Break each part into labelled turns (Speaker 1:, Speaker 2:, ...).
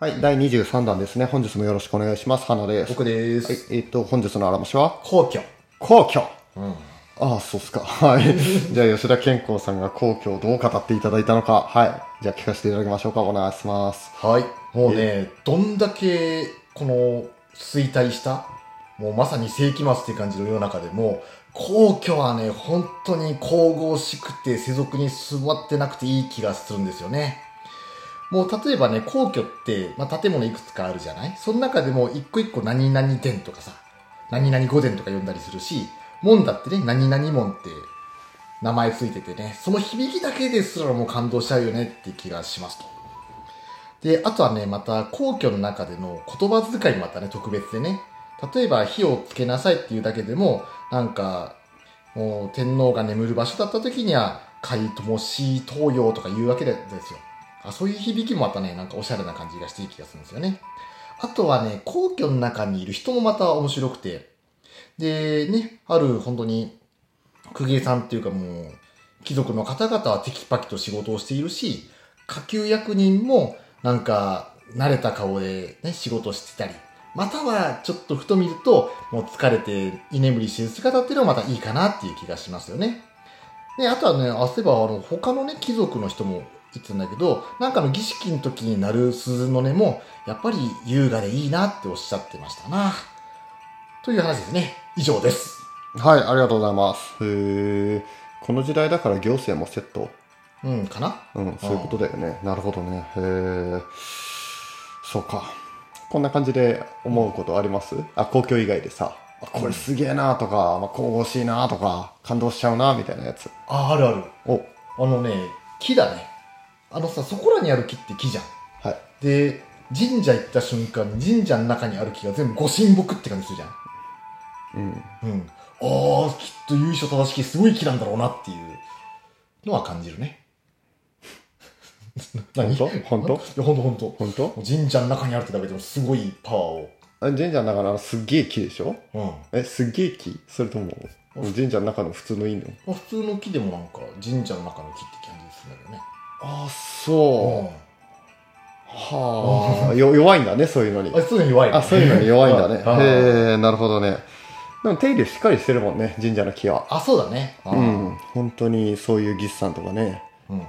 Speaker 1: はい、第23弾ですね。本日もよろしくお願いします。花です。
Speaker 2: 僕で
Speaker 1: はい
Speaker 2: す。、
Speaker 1: えっ、と、本日のあらましは、
Speaker 2: 皇居。
Speaker 1: 皇居ああ、そうっすか。はい。じゃあ、吉田健康さんが皇居をどう語っていただいたのか。はい。じゃあ、聞かせていただきましょうか。お願いします。
Speaker 2: はい。もうね、どんだけ、この、衰退した、もうまさに世紀末って感じの世の中でも、皇居はね、本当に神々しくて、世俗に座ってなくていい気がするんですよね。もう例えばね、皇居って、まあ、建物いくつかあるじゃないその中でも一個一個何々殿とかさ、何々御殿とか呼んだりするし、門だってね、何々門って名前ついててね、その響きだけですらもう感動しちゃうよねって気がしますと。で、あとはね、また皇居の中での言葉遣いもまたね、特別でね。例えば、火をつけなさいっていうだけでも、なんか、もう天皇が眠る場所だった時には、海ともし東洋とか言うわけですよ。あそういう響きもまたね、なんかおしゃれな感じがしていい気がするんですよね。あとはね、皇居の中にいる人もまた面白くて。で、ね、ある本当に、公家さんっていうかもう、貴族の方々はテキパキと仕事をしているし、下級役人もなんか慣れた顔でね、仕事してたり、またはちょっとふと見ると、もう疲れて居眠りしてる姿っていうのはまたいいかなっていう気がしますよね。で、あとはね、あそういえばあの、他のね、貴族の人も言ってたんだけど、なんかの儀式の時になる鈴の音も、やっぱり優雅でいいなっておっしゃってましたな。という話ですね。以上です。
Speaker 1: はい、ありがとうございます。へえ。この時代だから行政もセット。
Speaker 2: うん、かな
Speaker 1: うん、そういうことだよね。なるほどね。へえ。そうか。こんな感じで思うことありますあ、公共以外でさ、あこれすげえなとか、まあ、神々しいなとか、感動しちゃうなみたいなやつ。
Speaker 2: あ、あるある。
Speaker 1: お、
Speaker 2: あのね、木だね。あのさ、そこらにある木って木じゃん。
Speaker 1: はい。
Speaker 2: で、神社行った瞬間に神社の中にある木が全部ご神木って感じするじゃん。
Speaker 1: うん。
Speaker 2: うん。ああ、きっと由緒正しきすごい木なんだろうなっていうのは感じるね。
Speaker 1: 本当本当
Speaker 2: いや、ほんとほんと。も
Speaker 1: 本当
Speaker 2: う神社の中にあるってだけでもすごいパワーを。
Speaker 1: あ神社の中のあのすっげえ木でしょ
Speaker 2: うん。
Speaker 1: え、すっげえ木それとも、神社の中の普通のいいの
Speaker 2: まあ、普通の木でもなんか神社の中の木って感じするんだけどね。
Speaker 1: あ、そう。は
Speaker 2: あ
Speaker 1: あ。よ弱いんだね、そういうのに。
Speaker 2: あ、そういうの弱い、
Speaker 1: あ、そういうのに弱いん だ
Speaker 2: ああ
Speaker 1: ね。へえ、なるほどね。でも手入れしっかりしてるもんね、神社の木は。
Speaker 2: あ、そうだね。あー
Speaker 1: うん、本当にそういう技師さんとかね。
Speaker 2: うん。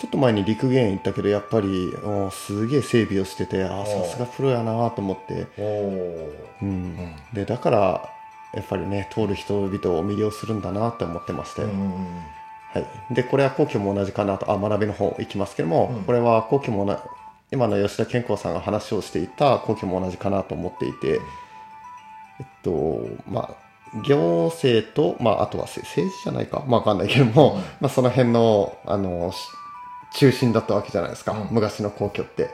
Speaker 1: ちょっと前に陸芸園行ったけど、やっぱり、うんすげえ整備をしてて、ああ、
Speaker 2: お
Speaker 1: さ
Speaker 2: う
Speaker 1: すがプロやなと思って。
Speaker 2: おお。
Speaker 1: う。
Speaker 2: うんん。
Speaker 1: で、だから、やっぱりね、通る人々を魅了するんだなって思ってまして。
Speaker 2: うんうんうん。
Speaker 1: はい、でこれは皇居も同じかなとあ学びの方行きますけども、
Speaker 2: うん
Speaker 1: これは皇居もな今の吉田健康さんが話をしていた皇居も同じかなと思っていて、えっとまあ、行政と、まあ、あとはせ政治じゃないか、まあ、わかんないけども、
Speaker 2: うん
Speaker 1: まあ、その辺のあのし中心だったわけじゃないですか、
Speaker 2: うん
Speaker 1: 昔の皇居って。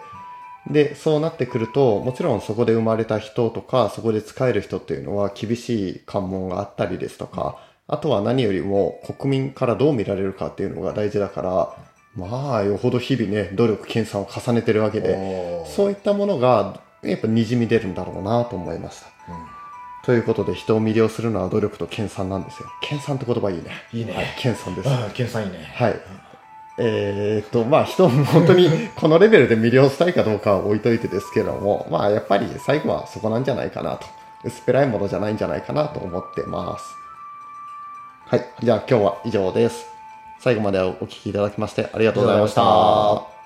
Speaker 1: でそうなってくるともちろんそこで生まれた人とかそこで仕える人っていうのは厳しい関門があったりですとかあとは何よりも国民からどう見られるかっていうのが大事だからまあよほど日々ね努力研鑽を重ねてるわけで
Speaker 2: おー
Speaker 1: そういったものがやっぱにじみ出るんだろうなと思いましたということで人を魅了するのは努力と研鑽なんですよ研鑽って言葉いいね
Speaker 2: いいね
Speaker 1: はい、研鑽です
Speaker 2: ああ、ケンさんいいね。
Speaker 1: はい。えーっと、まあ、人も本当にこのレベルで魅了したいかどうかは置いといてですけども、まあ、やっぱり最後はそこなんじゃないかなと。薄っぺらいものじゃないんじゃないかなと思ってます。はい。じゃあ今日は以上です。最後までお聞きいただきましてありがとうございまし
Speaker 2: ありがとうございま
Speaker 1: た
Speaker 2: し。た